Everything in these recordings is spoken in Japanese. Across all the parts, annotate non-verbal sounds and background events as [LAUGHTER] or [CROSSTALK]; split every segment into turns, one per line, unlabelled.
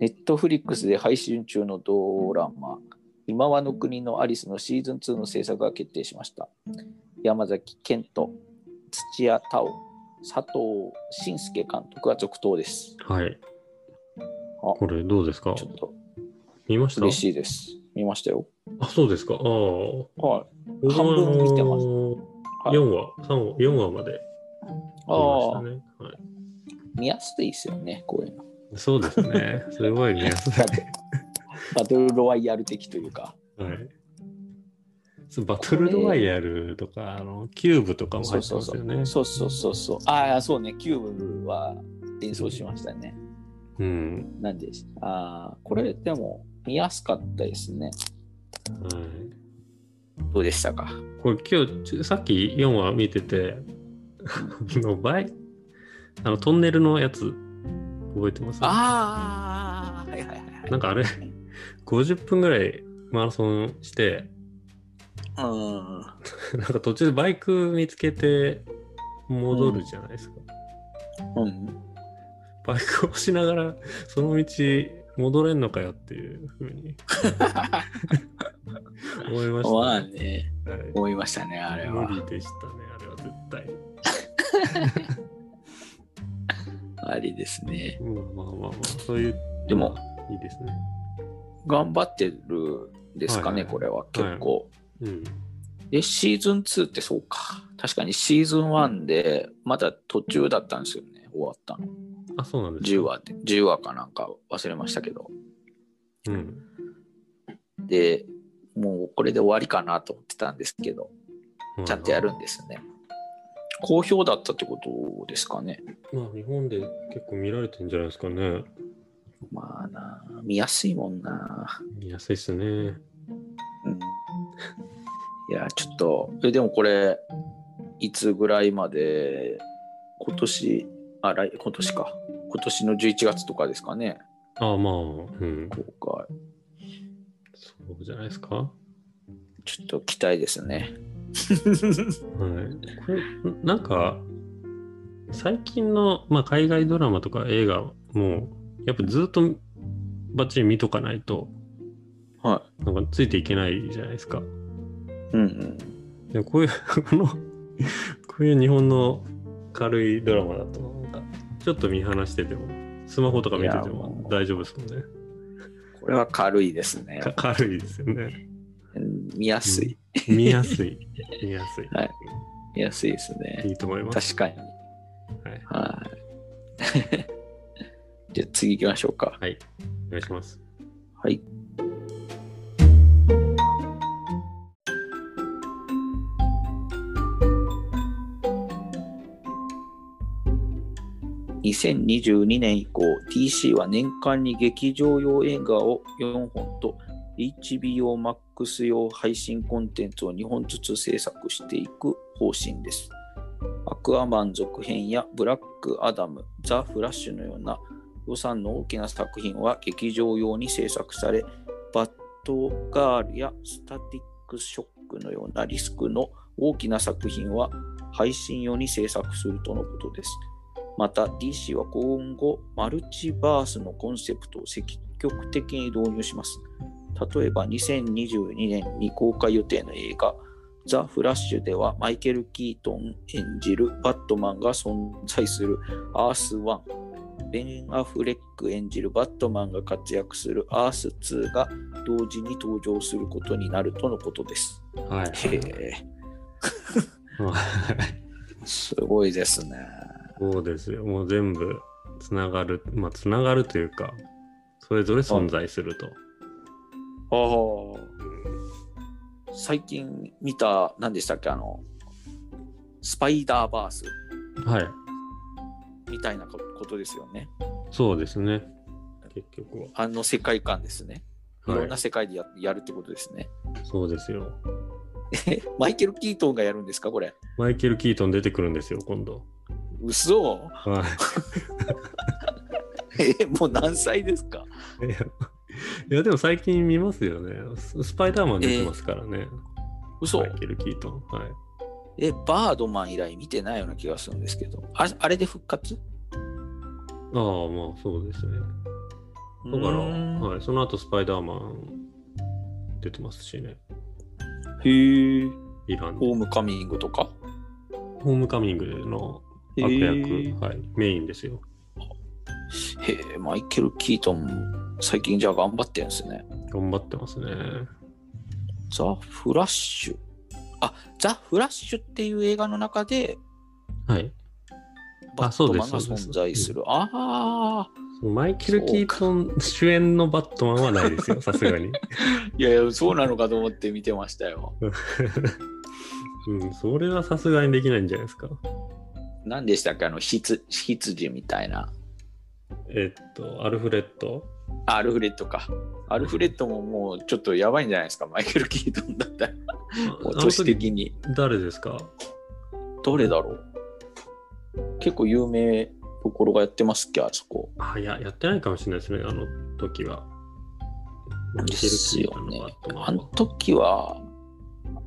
ネットフリックスで配信中のドラマ、今はの国のアリスのシーズン2の制作が決定しました。山崎賢人、土屋太鳳、佐藤信介監督が続投です。
はい。
あ
これどうですか
ちょっと
見ました
嬉しいです。見ましたよ。
あ、そうですか。ああ。
は
僕はあの
半分見てますはい
4話、3話、4話まで
い。
見まし
あ
た
あ、
ね。はい、
見やすいですよね、こういうの。
そうです [LAUGHS] ね。それは見やすい。
[LAUGHS] バトルロワイヤル的というか。
はい。そうバトルロワイヤルとか、あの、キューブとかも
そ
入
う
って
そう
ます
そ
よね
う。。そうそうそうそう。ああ、そうね、キューブは演奏しましたね。
うん。
なんです。ああ、これでも見やすかったですね。
はい。
どうでしたか
これ今日ちょ、さっき4話見てて、 [LAUGHS] あの、バイ、あの、トンネルのやつ、覚えてます
ああ、はいはいはいはい。
なんかあれ、50分ぐらいマラソンして、
うん。
なんか途中でバイク見つけて戻るじゃないですか。
うん、
バイクをしながらその道戻れんのかよっていうふうに思いました、
まあね、
はい
思いましたね、あれは
無。理でしたね、あれは絶対。
ありですね。
まあまあまあまあ、そういう。
でも、
いいですね。
頑張ってるんですかね、
はいはい
これは結構。
うん。
で、シーズン2ってそうか。確かにシーズン1で、まだ途中だったんですよね、終わったの。
あ、そうなんです
10
か。
話で、10話かなんか忘れましたけど。
うん。
で、もうこれで終わりかなと思ってたんですけど、ちゃんとやるんですね。好評だったってことですかね。
まあ、日本で結構見られてんじゃないですかね。
まあな、見やすいもんな。
見やすいっすね。
うん、いや、ちょっと、えでもこれ、いつぐらいまで、今年、あ、来今年か。今年の11月とかですかね、
ああ、まあ、うん。
公開。
そうじゃないですか。
ちょっと期待ですね。
はい、これんなんか最近の、まあ、海外ドラマとか映画もやっぱずっとバッチリ見とかないと
は
なんかついていけないじゃないですか。
い。うんうん。
でもこういうこのこういう日本の軽いドラマだとなんかちょっと見放しててもスマホとか見て
い
て
やも
も
う
大丈夫ですもんね。
これは軽いですね。
か [LAUGHS] 軽いですよね。
うん見やすい。
見やすい。見やすい。
はい見やすいですね。
いいと思います。
確かに。
はい
はい。 [LAUGHS] じゃあ次行きましょうか。
はい。お願いします。
はい。2022年以降、TC は年間に劇場用映画を4本と HBO Max 用配信コンテンツを2本ずつ制作していく方針です。アクアマン続編やブラックアダム、ザ・フラッシュのような予算の大きな作品は劇場用に制作され、バッドガールやスタティックショックのようなリスクの大きな作品は配信用に制作するとのことです。また DC は今後マルチバースのコンセプトを積極的に導入します。例えば2022年に公開予定の映画ザ・フラッシュではマイケル・キートン演じるバットマンが存在するアース1、ベン・アフレック演じるバットマンが活躍するアース2が同時に登場することになるとのことです。
はい。
へえ、
はい
すごいですね。
そうですよ。もう全部つながる、まあつながるというか、それぞれ存在すると。
ああ。最近見た、何でしたっけ、あの、スパイダーバース
はい。
みたいなことですよね。
そうですね。結局
あの世界観ですね。い
は。
ろん
は。
ない世界でや,、やるってことですね。
そうですよ。
マイケル・キートンがやるんですか、これ。
マイケル・キートン出てくるんですよ、今度。
嘘
[LAUGHS] は
え、もう何歳ですか
い。いやいや、でも最近見ますよね。ススパイダーマン出てますからね。
嘘
マイケル・キートン。はい。
え、バードマン以来見てないような気がするんですけど。ああれで復活
ああ、まあそうですね。
う
だから、
うん
はい、その後スパイダーマン出てますしね、
へえ。
イランで
ホームカミングとか。
ホームカミングの
へ
悪
え
役、。はい、メインですよ。
へえマイケル・キートンも最近じゃあ頑張ってんですね。
頑張ってますね。
ザ・フラッシュ。あ、ザ・フラッシュっていう映画の中で、
はい。
バ
あ
ッ
そう
ト
で
マ
す
ンが
そうです
存在する。ああ
マイケル・キートン主演のバットマンはないですよ、さすがに。 [LAUGHS]
ー。いやいや、そうなのかと思って見てましたよ。
うん、それはさすがにできないんじゃないですか。
何でしたっけあの、ひつ羊みたいな。
えっと、アルフレッド。
あアルフレッドか。アルフレッドももうちょっとやばいんじゃないですか、マイケル・キートンだったら。もう
あの
年
時
的に。
誰ですか
どれだろう結構有名ところがやってますっけ、あそこ。
あ、いや、やってないかもしれないですね、あの時は。マイケル・キ
です
ー
よ
トンの
ね
バット。マ
あ
ン
の
は。
時は、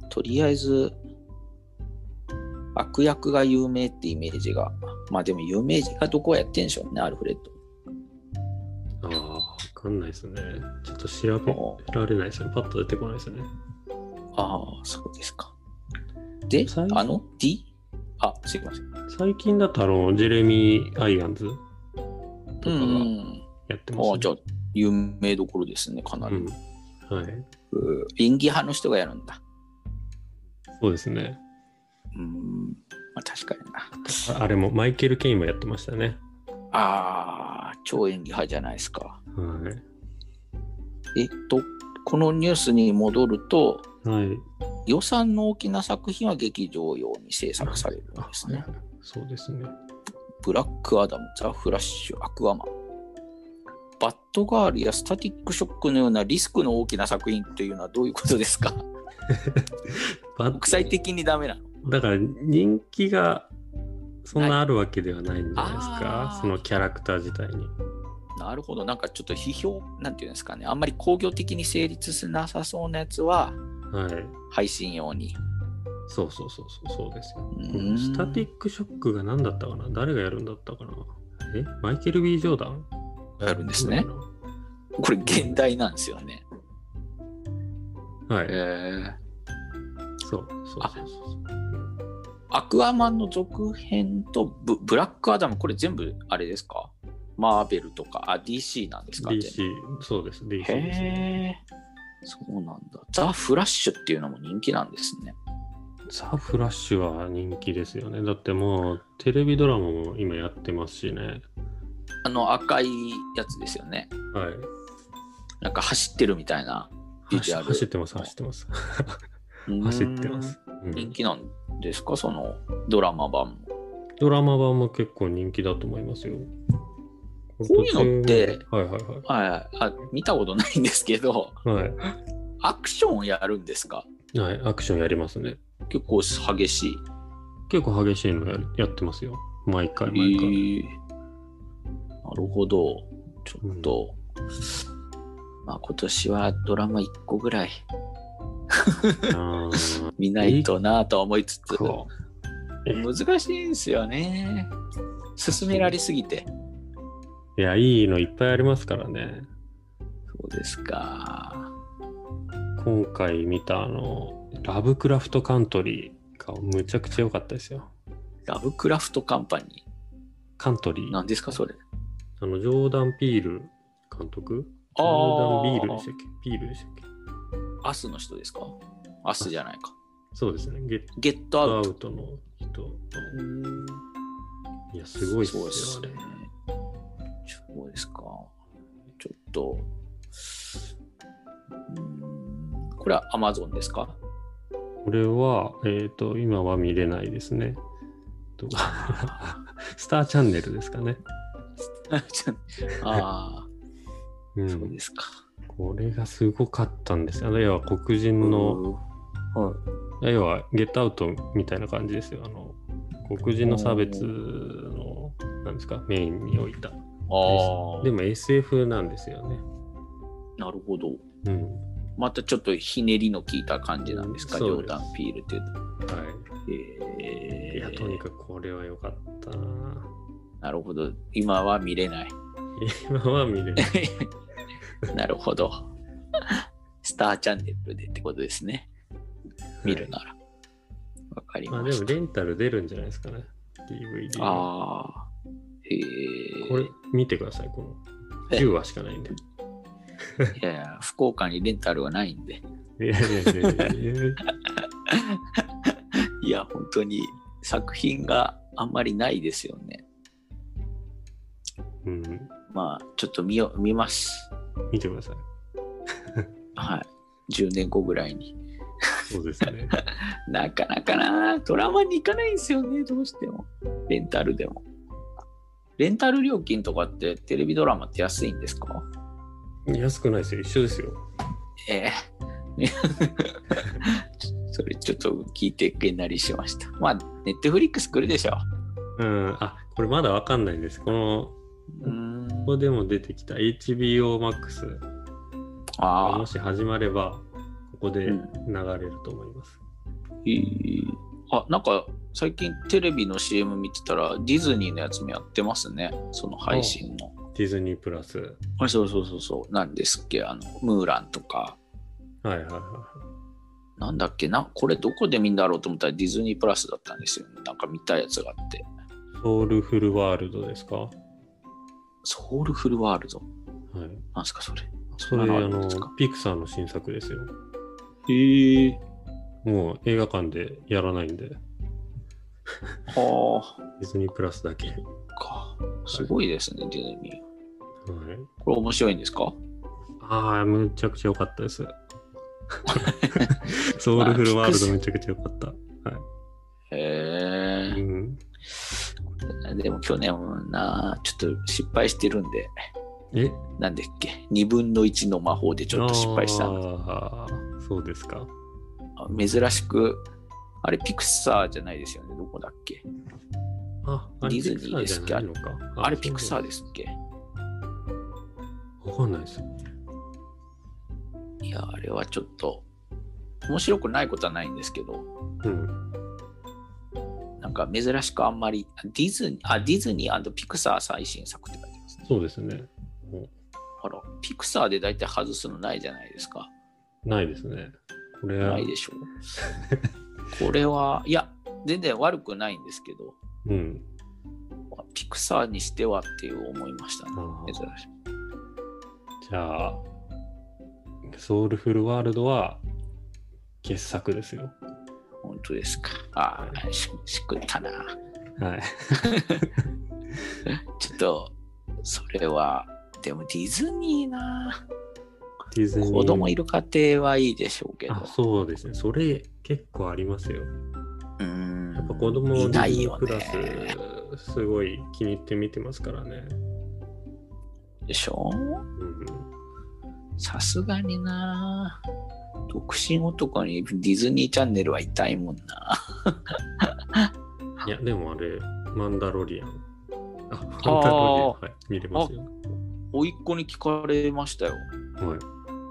とりあえず、悪役が有名ってイメージが、まあでも有名人がどこをやってんでしょうね、アルフレッ
ああ、わかんないですね。ちょっと調べられないですね。パッと出てこないですね。
ド。ああ、そうですか。で
最、近
あの D? あ、すいません。
最近だと、あの、ジェレミー・アイアンズと
う
かが
ん。
やってます、ね
ああ、じゃあ、有名どころですね、かなり。
うん。はい。
うん演技派の人がやるんだ。
そうですね。
うん。まあ確かにな。
ああれも、マイケル・ケインもやってましたね。
ああ、超演技派じゃないですか。
はい。
えっと、このニュースに戻ると、
はい。
予算の大きな作品は劇場用に制作されるんですね
あ。はいそうですね。
ブラックアダム、ザ・フラッシュ、アクアマン。バッドガールやスタティックショックのようなリスクの大きな作品というのはどういうことです
[LAUGHS]
か
ば
国際的にダメなの
だから人気がそんなあるわけではないんじゃないです
はいあ
か
ー、
そのキャラクター自体に。
なるほど。なんかちょっと批評、なんていうんですかね。あんまり工業的に成立しなさそうなやつは
はい。
配信用に。
そうそうそうそう、そうですよ。
うん
スタティックショックが何だったかな誰がやるんだったかなえマイケル・ B ・ジョーダン
やるんですね。。これ現代なんですよね。
はい。
えー
そうそうそうそう。
アクアマンの続編とブブラックアダム、これ全部あれですかマーベルとか、あ、DC なんですか
DC、そうです。DC
全部
ですね。
へえ、そうなんだ。ザ・フラッシュっていうのも人気なんですね。
ザ・フラッシュは人気ですよね。だってもうテレビドラマも今やってますしね。
あの赤いやつですよね。
はい。
なんか走ってるみたいなビジ
走
ュアル。
走ってます、走ってます。走ってます。うん
うん。人気なんですかそのドラマ版も。
ドラマ版も結構人気だと思いますよ。こ
ういうのって、
はいは
はい、あ見たことないんですけど、
いはい。は
アクションをやるんですか
い、はい、アクションやりますね。
結構激しい。
結構激しいのややってますよ。毎回毎
え
回。
ーなるほど。ちょっと、まあ今年はドラマ1個ぐらい
あー
見ないとなぁとは思いつつ、
こ
[LAUGHS] 難しいんですよね。勧められすぎて。
ういや、いいのいっぱいありますからね。
そうですか。
今回見たあの、ラブクラフトカントリーがむちゃくちゃ良かったですよ。
ラブクラフトカンパニ
カントリ
ー。
ー。あ
何ですかそれ。
の、ジョーダン・ピール監督。ジ
あ
ョー
ー
ダン・ビールでしたっけピールでしたっけ
アスの人ですかアスじゃないか。
そうですね。ゲッ
ゲット
ト
ア
ア
ウト。
ウトの人の。いや、すごいっすよ、
そう
あ
で
れ
すね。そうですか。ちょっと。うーんこれは Amazon ですか [LAUGHS]
これは、えっ、と、今は見れないですね。と [LAUGHS] スターチャンネルですかね。
ちょっとあ
う
あ、そうで
ん、
すか。
これがすごかったんですよ。あの要は黒人の、
は
要はゲットアウトみたいな感じですよ。あの黒人の差別の、なんですか、メインに置いた。
ああ、
でも SF なんですよね。
なるほど。
うん。
またちょっとひねりの効いた感じなんですか、ジ
そ
ョ
う
ー
です
ダン・ピールっていう
は
と。
い。い
え
や、とにかくこれは良かったな。
なるほど。今は見れない。 [LAUGHS]
今は見れない。
なるほど。 [LAUGHS] スターチャンネルでってことですね。見るなら。わ、かり
まあ
ま
で
し
もレンタル出るんじゃないですかね。DVD
た。。ああー。えー、
これ見てください、この。
え
10話しかないんで。
いやいや、福岡にレンタルはないんで。
いやいやいやいやいや
いや、本当に作品があんまりないですよね。
うん。
まあ、ちょっと見よ見ます。
見てください。
はい。10年後ぐらいに。
そうで
[LAUGHS]
すね。
なかなかな、ドラマに行かないんですよね、どうしても。レンタルでも。レンタル料金とかってテレビドラマって安いんですか
安くないですよ。一緒ですよ。
ええ [LAUGHS] それちょっと聞いてげんなりしました。まあ、ネットフリックス来るでしょ。
うん。あ、これまだわかんないんです。この、
うーん。
ここでも出てきた HBO Max が
あ
も
あ、
し始まれば、ここで
う
流
ん
れると思います。
いいあ、なんか最近テレビの CM 見てたら、ディズニーのやつもやってますね。その配信の。
ディズニープラス。
あ、そうそうそうそう。なんですっけ、あの、ムーランとか。
はいはいは
なんだっけな、これどこで見んだろうと思ったらディズニープラスだったんですよ、ね。なんか見たやつがあって。
い。ソウルフルワールドですかはい。
ソウルフルワールド。なんすか、それ。
そ
ん
れ、
な
あ
るんです
の
か、
ピクサーの新作ですよ。
へえ。
もう映画館でやらないんで、デ
は
ィズニープラスだけ。はい。
あ、か。すごいですね、ディズニー。これ面白いんですか
ああ、むちゃくちゃ良かっ
[LAUGHS]
たです。ソウルフルワールドめちゃくちゃ良かった。
へ
うん。
え。でも去年はな、ちょっと失敗してるんで、
え
なんだっけ、2分の1の魔法でちょっと失敗したんで
あーそうですか。
あ珍しく、あれピクサーじゃないですよね、どこだっけ。
あ、あれ
ディズ
ピ
ニー
クサーじゃないのか。
あれピクサー
で
ですっけ。
わかんないです。
いや、あれはちょっと、面白くないことはないんですけど、
うん。
なんか珍しくあんまり、あディズニー、あ、ディズニーピクサー最新作って書いてますね。
そうですね。も
あら、ピクサーで大体外すのないじゃないですか。
うないですね。これは
ない、でしょう。これは、いや、全然悪くないんですけど、
うん。
あピクサーにしてはっていう思いましたね。
あ
珍
ー
しい。
じゃあ、ソウルフルワールドは傑作ですよ。
本当ですか。ああ、ししくったな。
はい。
ちょっと、それは、でもディズニーな。
ディズニー。
子供いる家庭はいいでしょうけど。
あ、そうですね。それ結構ありますよ。
うーん。
やっぱ子供の
い
デ
な
ィズ
い
ニ
よ
ープラス
ね。、
すごい気に入って見てますからね。
でしょ
うん。
さすがにな。独身男にディズニーチャンネルは痛いもんな。
いや、でもあれ、マンダロリアン。あ、マン
あー
ダロリアン、はい、見れますよ。
甥っ子に聞かれましたよ。
はい。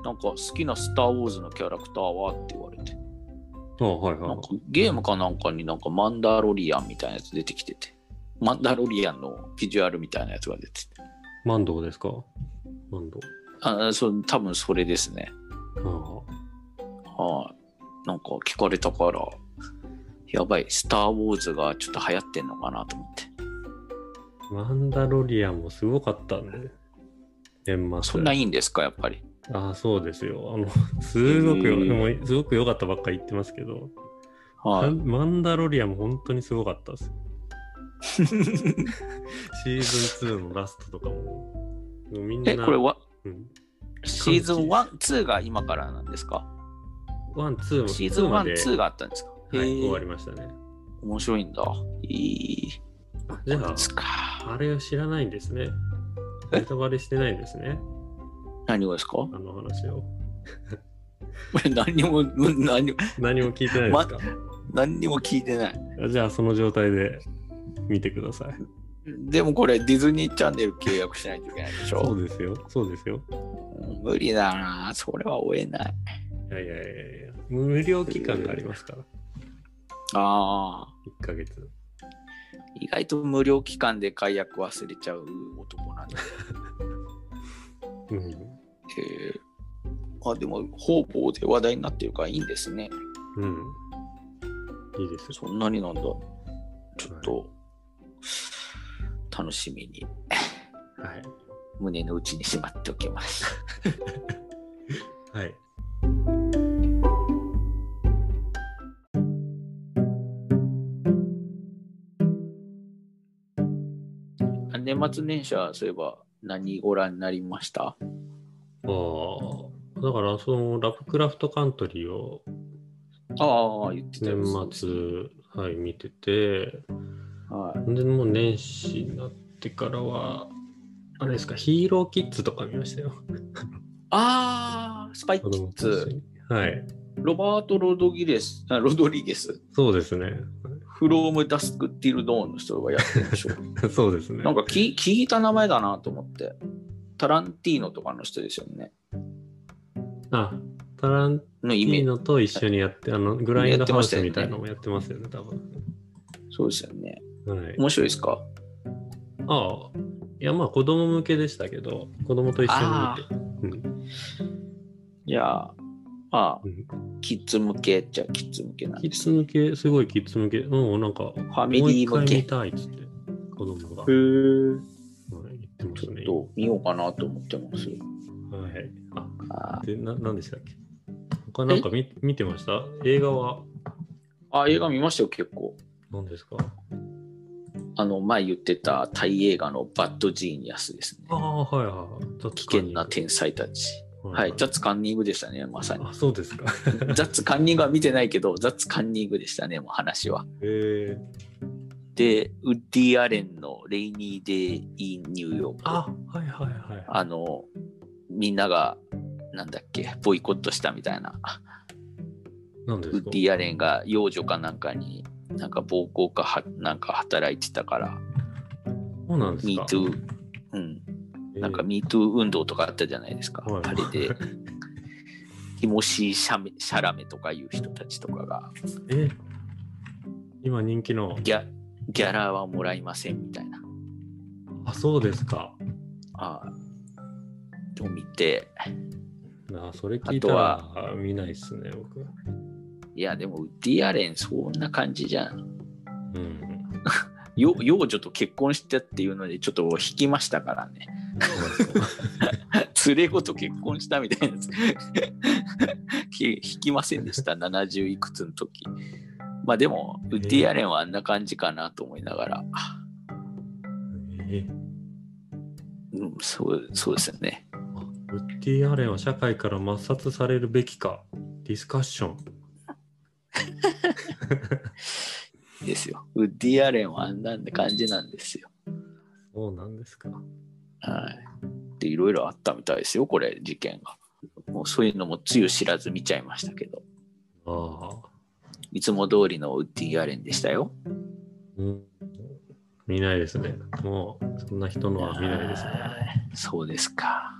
なんか好きなスター・ウォーズのキャラクターはって言われて。
あ、はいは
ないんか。ゲームかなんかになんかマンダロリアンみたいなやつ出てきてて。マンダロリアンのビジュアルみたいなやつが出てて。
マンドですかマンド。
あそう多分それですね。
あ
はい、なんか聞かれたから、やばい、スター・ウォーズがちょっと流行ってんのかなと思って。
あ。マンダロリアンもすごかったんで。年末。
そんないいんですか、やっぱり。
ああ、そうですよ。あの、すごくよ、
へ
も
ー
うすごく良かったばっかり言ってますけど、
はい、
マンダロリアンも本当にすごかっ
[LAUGHS]
たです。シーズン2のラストとかも、もうみんな、
え、これは
うん、
シーズン1、2が今からなんですか
ワン、ツーも、
シーズン
ま
1、
で、
2があったんですか
はい、
へー
終わりましたね。
面白いんだ。いい。
じゃ
こいつ
あ、
か。
あれを知らないんですね。
え
ネタバレしてないんですね。
何をですか [LAUGHS]
あの話を。
何も、何も、
何も聞いてないですか、
何にも聞いてない。
あじゃあ、その状態で見てください。
でもこれ、ディズニーチャンネル契約しないといけないでし
そ
ょ
うですよ。そうですよ。
うん無理だな。それは追えない。
いやいやいやいや、無料期間がありますから、
ああ。
1ヶ月。
意外と無料期間で解約忘れちゃう男なんで。
うん。
えーあでも、方々で話題になってるからいいんですね。
うん。いいですよ。
そんなになんだ。ちょっと、楽しみに
はい。
胸の内にしまっておきます。
はい。
あ年末年始はそういえば何ご覧になりました
ああ、だから、その、ラブクラフトカントリーを
ああ、言ってたや
年
つ
末、はい、見てて、
はい。
で、もう年始になってからは、あれですか、ヒーローキッズとか見ましたよ。
ああ、スパイキ
子
ッ
供たち
ズ。
に。はい。
ロバート・ロドギレス、あロドリゲス。
そうですね。 [LAUGHS]
フローム・ダスク・ティル・ドーンの人がやってる [LAUGHS] でしょ。
そうですね。
なんかき聞いた名前だなと思って。タランティーノとかの人ですよね。
あ、タランテ
のイメ
ィー
ージ。
ノと一緒にやって、あの、グラインドハウスみたいなのもやってますよね、多分。
そうですよね。
はい。
面白いですか
ああ、いや、まあ、子供向けでしたけど、子供と一緒に見て。
いや、まあ
う、ん、
キッズ向けっちゃキッズ向けなん
キ
で
ッ
す
ズ向け、すごいキッズ向け、もうなんか、
ファミ
もう
リ
一
ー向
回見
け。
たいっつって、子供が、
へー
はい言ってま
ち
す
ょ
ね
っ。と見ようかなと思ってます。
はい。
あ
あ、で、な、なんでしたっけ他なんか見見てました映画は
あ、映画見ましたよ、結構。
何ですか
あの、前言ってたタイ映画のバッドジーニアスですね。
ああ、はいはいはい。
危険な天才たち。はい、ザッツカンニングでしたね、まさに。
あ、そうですか。
ザッツカンニングは見てないけど、ザッツカンニングでしたね、もう話は。
えー、
で、ウッディ・アレンのレイニー・デイ・イン・ニューヨーク。
あ、はいはいはい。
あの、みんなが、なんだっけ、ボイコットしたみたいな。
何で
ウ
す
ッ
か
ディ・アレンが幼女かなんかに、なんか暴行かは、なんか働いてたから、
そうなんですか。
MeToo、うん、なんか
えー
MeToo 運動とかあったじゃないですか。
はい
あれ
[LAUGHS]
で、ティモシー・シャメシャラメとかいう人たちとかが、
え今人気の。
ギャギャラはもらいませんみたいな。
あ、そうですか。
ああと見て、
なあ、それ聞いたら見ないっすね、僕。
いや、でも、ウッディ・アレン、そんな感じじゃん。
[LAUGHS] うん。
よ幼女と結婚したっていうので、ちょっと引きましたからね。
そうなんですか
連れ子と結婚したみたいなやつ [LAUGHS] き引きませんでした70いくつの時まあでもウッディ・アレンはあんな感じかなと思いながら、
えー
うん、そうそうですね
あウッディ・アレンは社会から抹殺されるべきか。ディスカッション。
ですよウッディ・アレンはあんな感じなんですよ
そうなんですか。
はいでいろいろあったみたいですよこれ事件がもうそういうのもつゆ知らず見ちゃいましたけど
ああ。
いつも通りのウッディ・アレンでしたよ
うん、見ないですね。もう、そんな人のは見ないですね。
はいそうですか。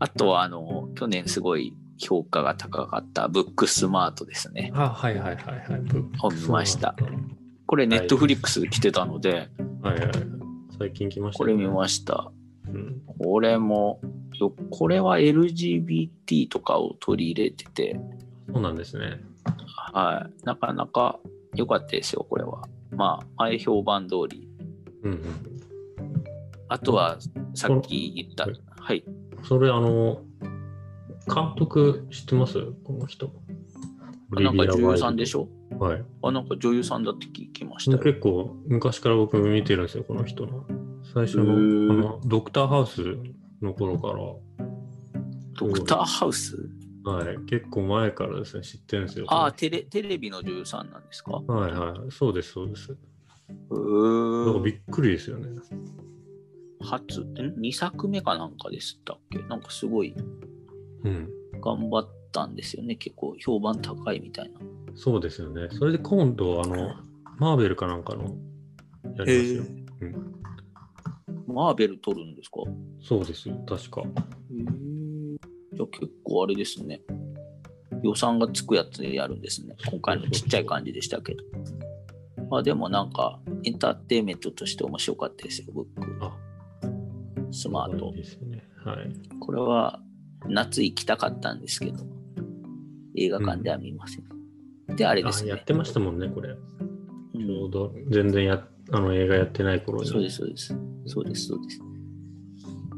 あとは、あの、去年すごい評価が高かったブックスマートですね。
あ、はいはいはいはい。ブックス
見ました
そうなんだ
これ、ネ
はい
ットフリックス来てたので、
はいはい。最近来ました、
これ見ま
し
した。
た。うん。
これも、よこれは LGBT とかを取り入れてて、
そうなんですね。
はい、なかなか良かったですよ、これは。まあ、前評判通り。
うん、うん。
あとは、さっき言った
これ、
はい、
それ、あの、監督知ってますこの人。
なんか女優さんでし
ょ
ょ
はい。
あ、なんか女優さんだって聞きましたよ。
結構昔から僕見てるんですよ、この人の。最初
へ
の
ー
あのドクターハウスの頃から
ドクターハウス、、
はい、結構前からですね、知ってるんですよ。
ああ、テレ、テレビの女優さんなんですか
はいはい、そうです、そうです。
う
だからび
ーん。
っくりですよね。
初、2作目かなんかでしたっけなんかすごい
うん、
頑張ったんですよね。結構評判高いみたいな。
そうですよね。それで今度、あの、マーベルかなんかのやりますよ。
マーベル撮るんですか
そうですよ、確か。
じゃあ結構あれですね。予算がつくやつでやるんですね。今回のちっちゃい感じでしたけど。まあでもなんかエンターテインメントとして面白かったですよ、僕。
あ
スマート
いい。ですね。はい。
これは夏行きたかったんですけど、映画館では見ません。で、あれです
あ、や
ね
っ。てましたもんね、これ。
うん
ちょうど、全然や、あの映画やってない頃に。
そうです、そうです。そうです、そうです。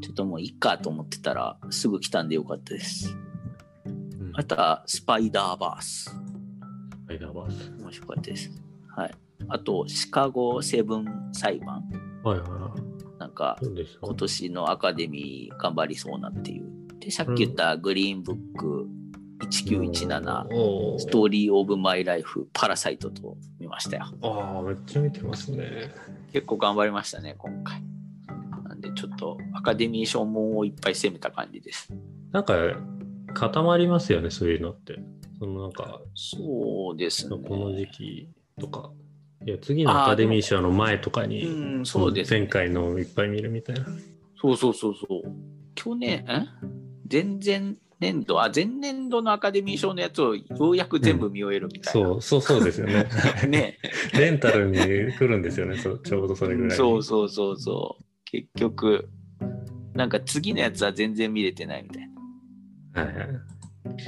ちょっともういっかと思ってたら、すぐ来たんでよかったです。
うん
あとは、スパイダーバース。
スパイダーバース。
面白かったです。はい。あと、シカゴセブン裁判。
はいはいはい。
なんか、
そうでした。
今年のアカデミー頑張りそうなっていう。で、さっき言ったグリーンブック1917、
おー
ストーリー・オブ・マイ・ライフ、パラサイトと見ましたよ。
ああ、めっちゃ見てますね。
結構頑張りましたね、今回。なんで、ちょっとアカデミー賞門をいっぱい攻めた感じです。
なんか、固まりますよね、そういうのって。そのなんか、
そうですね。
この時期とか。いや、次のアカデミー賞の前とかに、
うん、そうです、
前回のをいっぱい見るみたいな。
そうそうそうそう。去年、ん前々年度、あ、前年度のアカデミー賞のやつをようやく全部見終えるみたいな。
そう、そうそうですよね。 [LAUGHS]
[LAUGHS] ね。
レンタルに来るんですよね、そうちょうどそれぐらいに。
そうそうそうそう。結局、なんか次のやつは全然見れてないみたい
はいはい。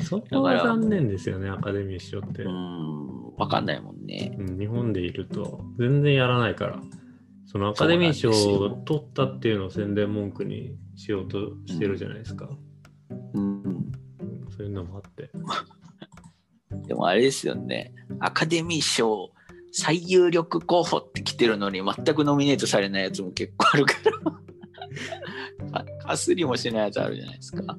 そこが残念ですよね、アカデミー賞って。
な。う
うん
ん、わかんないもんね。
日本でいると全然やらないから。そのアカデミー賞
そうな
を
んですよ
取ったっていうのを宣伝文句にしようとしてるじゃないですか。
うん。
うんそういうのもあって。
でもあれですよね。アカデミー賞最有力候補って来てるのに全くノミネートされないやつも結構ある
[LAUGHS]
から。かかすりもしないやつあるじゃないですか。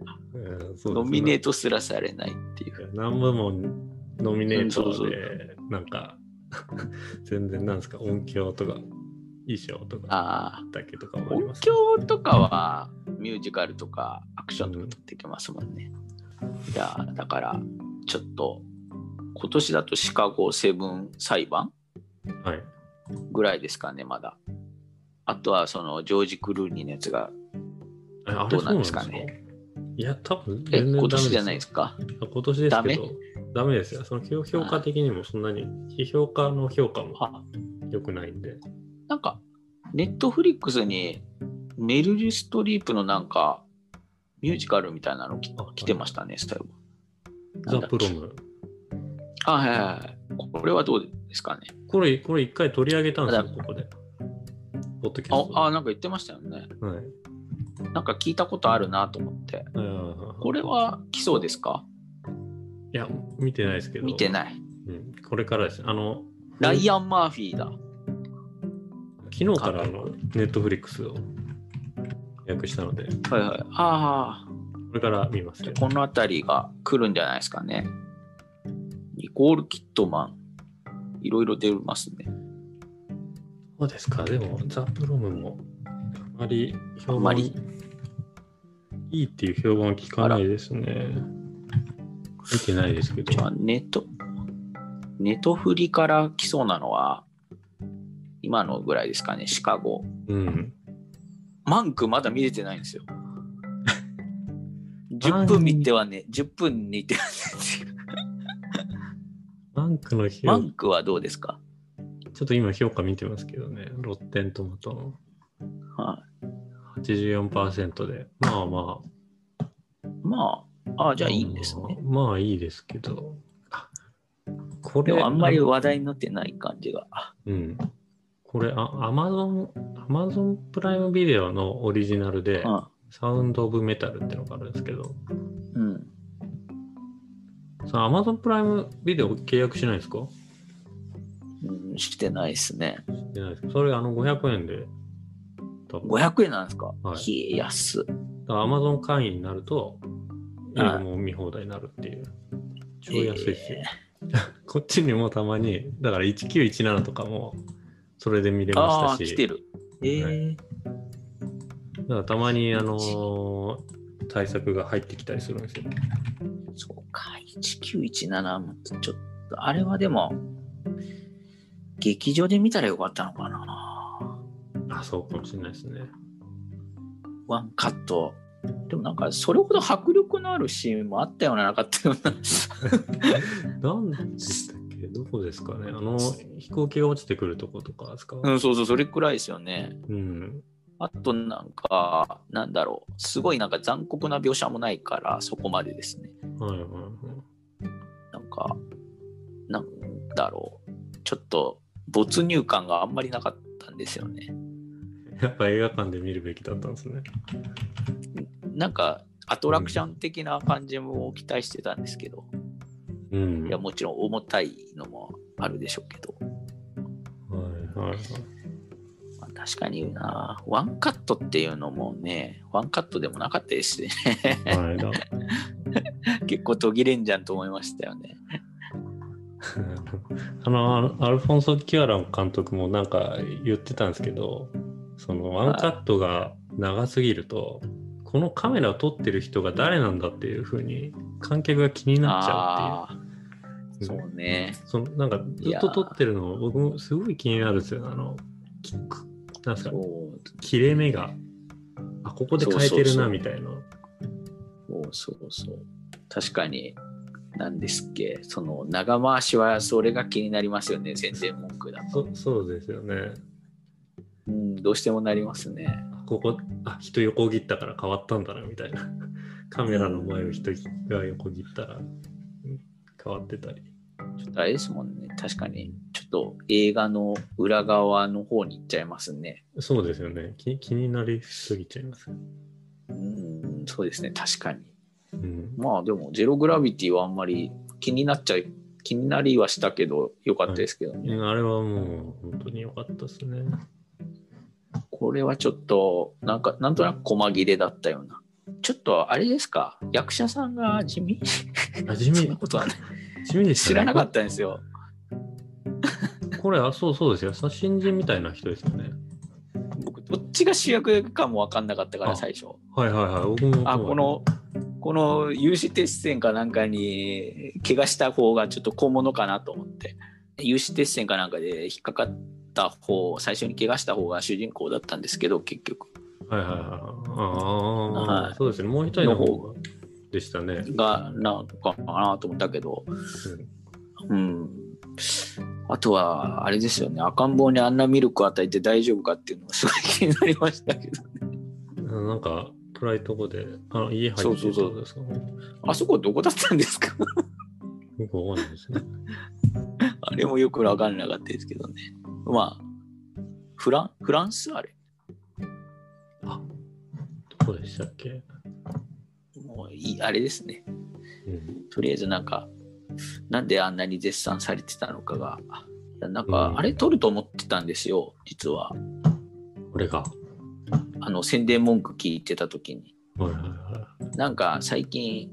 ノミネー
ト。
トすらされないっていう。
何部門ノミネー
うんそ
ト
う
で、なんか、 [LAUGHS] 全然なんですか、音響とか、衣装とか、
あ
だけとかも
あ、
ありま
音
すね。
響とかはミュージカルとかアクションとか取ってきますもんね。いやー、だからちょっと今年だとシカゴセブン裁判
はい。
ぐらいですかね、まだ。あとはそのジョージ・クルーニーのやつが
えあれ
どうなんですかね。
いや、多分
え
全然ダメですよ
今年じゃないですか。
あ今年です
ダ
け
メ
ど、ダメですよ。その評評価的にもそんなに、批評家の評価も
あ
良くないんで。
なんか、ネットフリックスにメルリストリープのなんか、ミュージカルみたいなのき
あ
来てましたね、スタイル。な
ザ・
んだっ
プ
け
ロム。
あ、はいはいはい。これはどうですかね。
これ、これ一回取り上げたんですよ、
た
ここで。ポッドキャス
あ、
ト
あなんか言ってましたよね。
で。はい。
なんか聞いたことあるなと思って。
あ
これは来そうですか
いや、見てないですけど。
見てない。
うん、これからです。あの、
ライアン・マーフィーだ。
昨日からあの、ネットフリックスを予約したので、
はいはい。ああ、
これから見ますけど。
この辺りが来るんじゃないですかね。ニコール・キットマン。いろいろ出ますね。
そうですか、でも、ザ・プロムも、あまり評判
あまり
いいっていう評判は聞かないですね。見てないですけど。
まあ、ネト、ネトフリから来そうなのは、今のぐらいですかね、シカゴ。
うん。
マンクまだ見れてないん [LAUGHS] ですよ。10分見てはね、10分見てはね
マンクの評
マ
価、
ンクはどうですか、
ちょっと今評価見てますけどね、ロッテントマトの
は
84%で、まあまあ。
い、まあ、ああ、じゃあいいんですね。
まあまあいいですけど。あこ
で
れ、
もあんまり話題になってない感じが。
うん。これ、アマゾン、アマゾンプライムビデオのオリジナルで、
あ
サウンド・オブ・メタルってのがあるんですけど、
うん、
その Amazon プライムビデオ契約しないんですか
うん、してないですね。
してないですそれあの500円で、多分
500円なんですか、
はい
冷えやす。
だから Amazon 会員になると、映
はい
画も見放題になるっていう。超安いですよ。 [LAUGHS] こっちにもたまに、だから1917とかも、それで見れ
あ
ま
あ、
した
来
し、
てる。ええ
だからたまに、あのー対策が入ってきたりするんですよ。
そうか、1917もちょっと、あれはでも、劇場で見たらよかったのかな。
あ、そうかもしれないですね。
ワンカット。でもなんか、それほど迫力のあるシーンもあったような、なかったような。
なんでしたっけどこですかねあの、飛行機が落ちてくるとことかですか [LAUGHS]
うん、そうそう、それくらいですよね。
うん。
あとなんか、なんだろう、すごいなんか残酷な描写もないから、そこまでですね。
はいはいはい。
なんか、なんだろう、ちょっと没入感があんまりなかったんですよね。
やっぱ映画館で見るべきだったんですね。
なんか、アトラクション的な感じも期待してたんですけど、
うん。
いやもちろん重たいのもあるでしょうけど、
はいはいはい。
まあ確かにな、ワンカットっていうのもね、ワンカットでもなかったですね。 [LAUGHS]
はいだ。
結構途切れんじゃんと思いましたよね。
あのアルアルフォンソ・キュアラン監督もなんか言ってたんですけどそのワンカットが長すぎるとこのカメラを撮ってる人が誰なんだっていうふうに観客が気になっちゃ
あ
うっ
ー
ていう
そうね。
そのなんかずっと撮ってるの僕もすごい気になるんですよあのきくなんです
そ
か
う
切れ目があここで変えてる
そうそうそ
な
う
みたいな
そうそうそう。確かに、なんですっけ、その長回しはそれが気になりますよね、宣伝文句だと。
そそうですよね
うん、どうしてもなりますね。
あここあ人横切ったから変わったんだなみたいな [LAUGHS] カメラの前を人が横切ったらうん変わってたり
ちょっとあれですもんね、確かに、ちょっと映画の裏側の方に行っちゃいますね。
そうですよね気気になりすぎちゃいます、
うん、そうですね、確かに。
うん、
まあでも、ゼログラビティはあんまり気になっちゃい、気になりはしたけど、よかったですけどね。
あれはもう本当に良かったですね
これはちょっと、なんか、なんとなく細切れだったような。ちょっと、あれですか、役者さんが地味
あ地
[LAUGHS] そん
味
なことはない。
地味でした、
知
ね、
らなかったんですよ。
これあそうそうですよその新人みたいな人ですよね
僕、どっちが主役かも分かんなかったか
あ
ら、最初。
はいはいはい僕も
あ、この、この有刺鉄線かなんかに、怪我した方がちょっと小物かなと思って。有刺鉄線かなんかで引っかかった方、最初に怪我した方が主人公だったんですけど、結局。
はいはいはいああ、
はい
そうですねもう一人の方がでしたね、
が、なんかかなと思ったけど、
うん
うん。あとは、あれですよね、赤ん坊にあんなミルク与えて大丈夫かっていうのがすごい気になりましたけど、 [LAUGHS]
なんか暗いとこであの家入ってるってことですか
あそこどこだったんですか [LAUGHS]
よくわかんないですね。
あれもよくわかんなかったですけどね。まあ、フランフランスあれ
あどうでしたっけ、
もういい、あれですね。
うん、
とりあえずなんか、なんであんなに絶賛されてたのかが、いやなんか
う、ん
あれ撮ると思ってたんですよ、実は。
これか。
あの、宣伝文句聞いてた時に。
はいはいは
なんか、最近、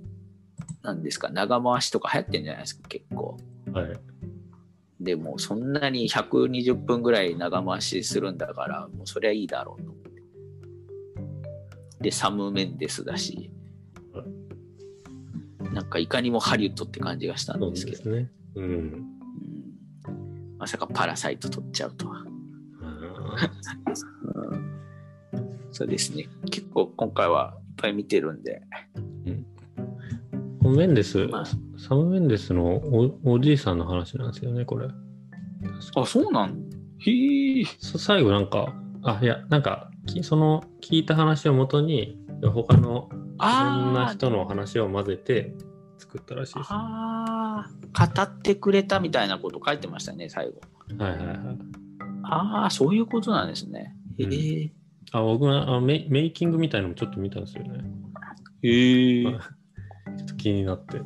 なんですか、長回しとか流行ってんじゃないですか、結構。
い。はい、
でもそんなに120分ぐらい長回しするんだからもうそりゃいいだろうと思ってでサム・メンデスだしなんかいかにもハリウッドって感じがしたん
そう
で
です
け
す
ど、
ね。うん。
うんまさかパラサイト取っちゃうとは、
あ
うん、そうですね結構今回はいっぱい見てるんで
ーメンデ
[LAUGHS]
ス、
まあ
サム・メンデスのおおじいさんの話なんですよね、これ。
あそうなんへえ
そ最後なんか、あ、いや、なんか、きその聞いた話をもとに、他のいろんな
あー
人の話を混ぜて作ったらしいです。は
あー語ってくれたみたいなこと書いてましたね最後
いはいはい。
ああそういうことなんですねへえ
あ、僕はあメメイキングみたいのもちょっと見たんですよね。
へえ。
はいちょっと気になって。
い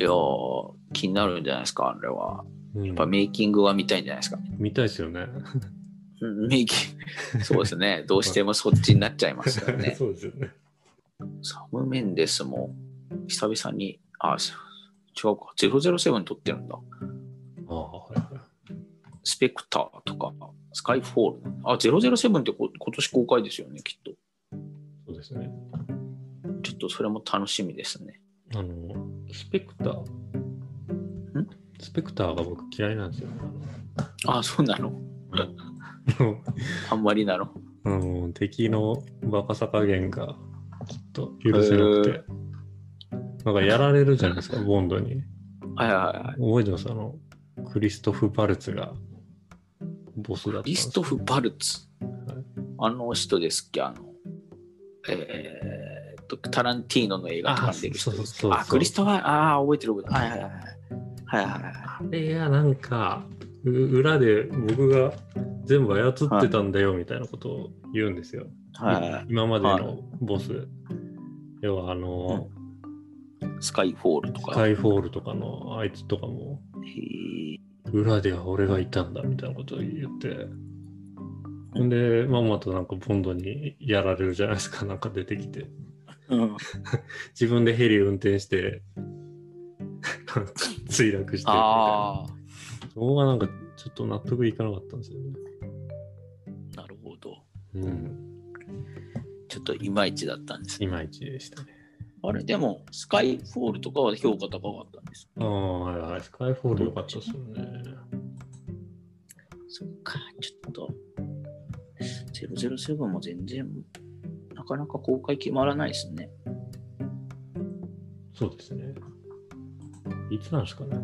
やー気になるんじゃないですか、あれは。
うん
やっぱメイキングは見たいんじゃないですか。
見たいですよね。
うんメイキング、そうですね。どうしてもそっちになっちゃいますよね。
[LAUGHS] そうですよね。
サム・メンデスも久々に、あ、そう違うか、007撮ってるんだ。
ああ、はいはい。
スペクターとか、スカイフォール。あ、007ってこ今年公開ですよね、きっと。
そうですね。
ちょっとそれも楽しみですね。
あの、スペクター。
ん
スペクターが僕嫌いなんですよ。
あ、そうなの。
あの [LAUGHS]
あんまりなの。
あの敵のバカさ加減がちょっと許せなくて。なんかやられるじゃないですか、ボンドに。
はいはいはい。
覚えてますあの、クリストフ・パルツがボスだったん
リ
です
ストフ・バルツ。ああの人ですっけ、あの、えーっと、タランティーノの映画とか出る人
あそうそう
です
そうそう
あ、クリストファー、ああ、覚えてる覚えてる。はいはいはい。はいはいはい。
あれがなんか、う裏で僕が全部操ってたんだよみたいなことを言うんですよ。、
はい
今まで
は
のボス。要はあの、
スカイフォールとか。
スカイフォールとかのあいつとかも、
へえ
裏では俺がいたんだみたいなことを言って。ほんで、まんまとなんかボンドにやられるじゃないですか、 [LAUGHS] なんか出てきて。
うん、
自分でヘリ運転して、 [LAUGHS] なんか墜落してるみたいな。
あ
そこがなんかちょっと納得いかなかったんですよね。
あ、なるほど。
うん。
ちょっといまいちだったんですね。
いまいちでしたね。
あれ、でも、スカイフォールとかは評価高かったんです。
ああ、はいはい。スカイフォール良かったですよね。
そっか、ちょっと。007も全然、なかなか公開決まらないですね。
そうですね。いつなんですかね。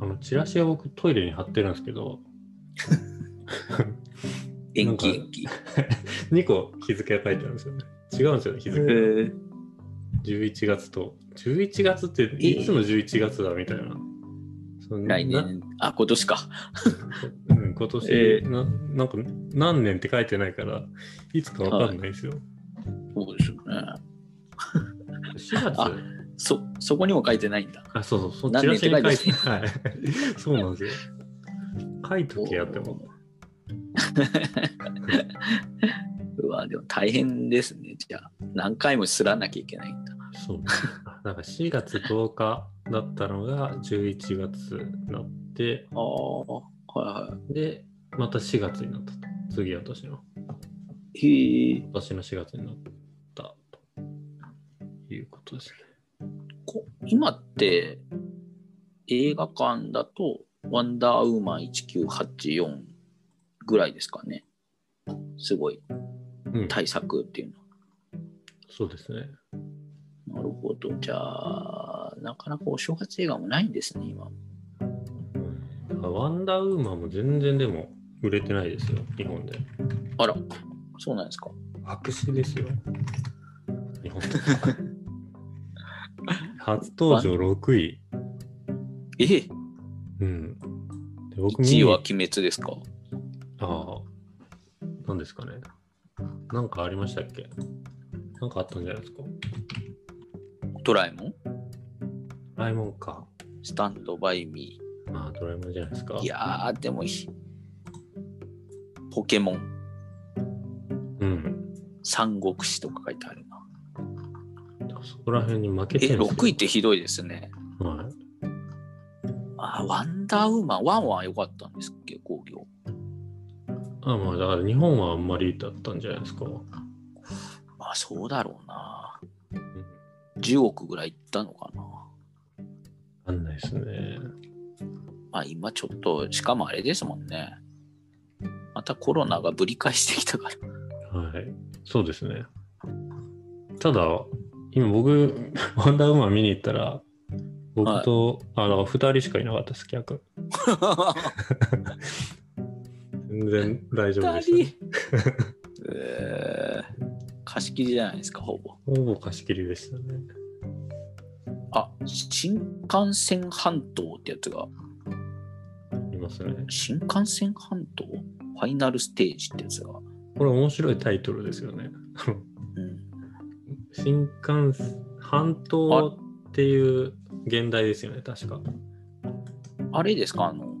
あの、チラシは僕トイレに貼ってるんですけど、
延
[LAUGHS]
期
なんか
延期。
2個日付が書いてあるんですよね。違うんですよね、日
へ
付。
え
11月と。11月っていつの11月だみたいな。その
来
な
年、あ、今年か。
うん、今年、
え
ななんか何年って書いてないから、いつかわかんないですよ。
そうですよね。
4月
あ
あ
そ、そこにも書いてないんだ。
そうそう、そのチ
何
ラ
年っ
シ
て
に書
書い
い
て
て、は
[LAUGHS]
い。そうなんですよ。書いとけやっても。
うわ、でも大変ですね。じゃあ、何回もすらなきゃいけないんだ。
そう。なんか4月10日だったのが11月になって、
ああ、はいは
で、また4月になったと。次は私の。
い。へえ。
私の4月になったということですね。
こ今って、映画館だと、ワンダーウーマン1984ぐらいですかね。すごい、
うん、
対策っていう
そうですね。
の。なるほど。じゃあ、なかなかお正月映画もないんですね、今。
だからワンダーウーマンも全然でも売れてないですよ、日本で。
あら、そうなんですか。
白紙ですよ。日本で。 [LAUGHS] 初登場6位。
ええ、
うん。で僕見
1
に
位は鬼滅ですか。
ああ。何ですかね。なんかありましたっけなんかあったんじゃないですか。
ドラえもん
ドラえもんか。
スタンドバイミ
まあ、ドラえもんじゃないですか。
ー。いやー、でもひ、ポケモン、
うん。
三国志とか書いてあるな。
そこら辺に負けて
え、
るんですよ
6位ってひどいですね。
はい。
あ、ワンダーウーマン、ワンは良かったんですっけ、興行。
あまあ、だから日本はあんまりだったんじゃないですか。
まあ、そうだろうな。
うん
10億ぐらいいったのかな。
わかんないですね。
まあ、今ちょっと、しかもあれですもんね。またコロナがぶり返してきたから。
はい。そうですね。ただ、今僕、 [LAUGHS] ワンダーウーマン見に行ったら、僕と、あの、二人しかいなかったです、客。全然大丈夫でした、ね。
[LAUGHS] えー、貸し切りじゃないですか、ほぼ。
ほぼ貸し切りでしたね。
あ、新幹線半島ってやつが、
いますね。
新幹線半島ファイナルステージってやつが、
これ面白いタイトルですよね。
うん、
新幹線、半島っていう現代ですよね、確か。
あれですか、あの、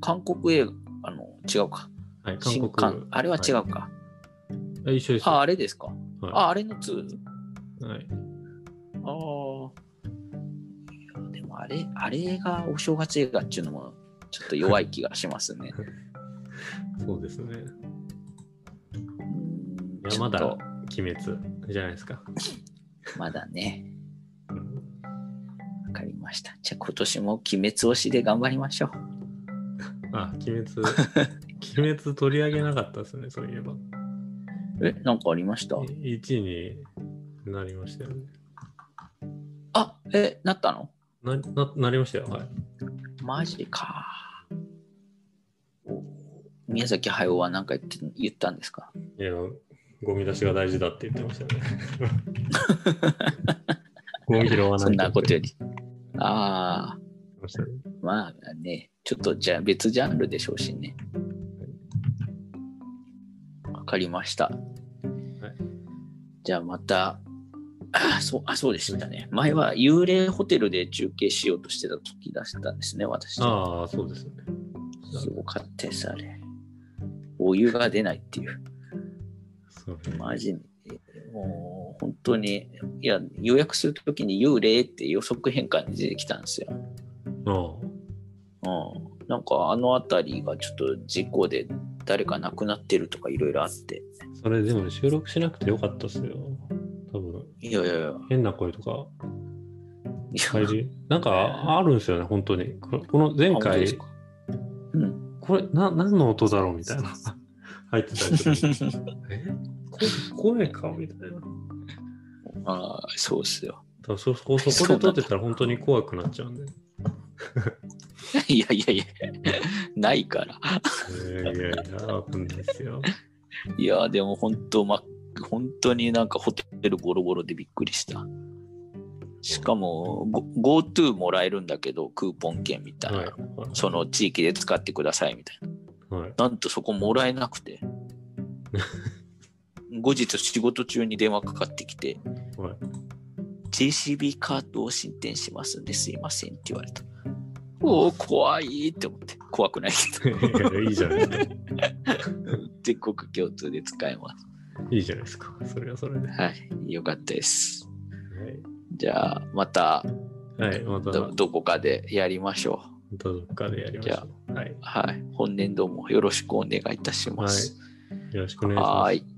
韓国映画、あの、違うか。
はい、韓
新
国。
幹あれは違うか。
あ一緒ですよ。
あ、
は
あれですか。
い
あ、あれの2。
はい、
ああ。いやでもあれ、あれがお正月映画っていうのも、ちょっと弱い気がします
[LAUGHS]
ね。
そうですね。
うん
いや、まだ、
ちょっ
鬼滅じゃないですか。
とまだね。
うん
わかりました。じゃあ今年も鬼滅推しで頑張りましょう。
あ、鬼
[LAUGHS]
滅。鬼滅取り上げなかったですね、そういえば。
え、なんかありました
1位になりましたよね。
あ、え、なったの
なななりましたよ、はい。
マジか。お宮崎駿は何か言って言ったんですか
いや、ゴミ出しが大事だって言ってましたよね。
[LAUGHS]
ゴミ拾わない
そんなことより。ああ、
言ってましたね
まあね、ちょっとじゃあ別ジャンルでしょうしね。わかりました。じゃあまた、あそうあそうでしたね。前は幽霊ホテルで中継しようとしてた時出したんですね、私。
ああ、そうですね。
すごかったです、あれ。お湯が出ないっていう。
そう
マジに。もう本当に、いや、予約するときに幽霊って予測変換で出てきたんですよ。
あ
うん。なんかあの辺りがちょっと事故で誰か亡くなってるとかいろいろあって。
あそれでも収録しなくてよかったっすよ。多分
いやいやいや。
変な声とか、
いや
怪
[LAUGHS]
獣なんかあるんですよね、本当に。ここの前
あ本当です
回
か、うん。
これな何の音だろうみたいな。 [LAUGHS] 入ってたりする。
[LAUGHS]
えこ声かみたいな。
[LAUGHS] ああ、そうっすよ。 [LAUGHS]
多分そそこそこで撮ってたら本当に怖くなっちゃうんで。
いやいやいや、ないから。
いやいやいや、危ないですよ。
いや、でも本当、ま、本当になんかホテルボロボロでびっくりした。しかも、ご GoTo もらえるんだけど、クーポン券みたいな。
はい。
その地域で使ってくださいみたいな。
はい、 [LAUGHS]
なんとそこもらえなくて。後日仕事中に電話かかってきて、
はい
JCB カートを進展しますんですいませんって言われた。おお、怖いって思って、怖くないけど、
いやいいじゃないですか。
全国共通で使えます。
いいじゃないですか。それはそれで。は
はい、よかったです。じゃあ、また
い。はい、また、
ど
ま
どこかでやりましょ
たどっかでやりましょう。はい。
う。はい、本年度もよろしくお願いいたし
は
ます。
い。よろしくお願いします。
はーい。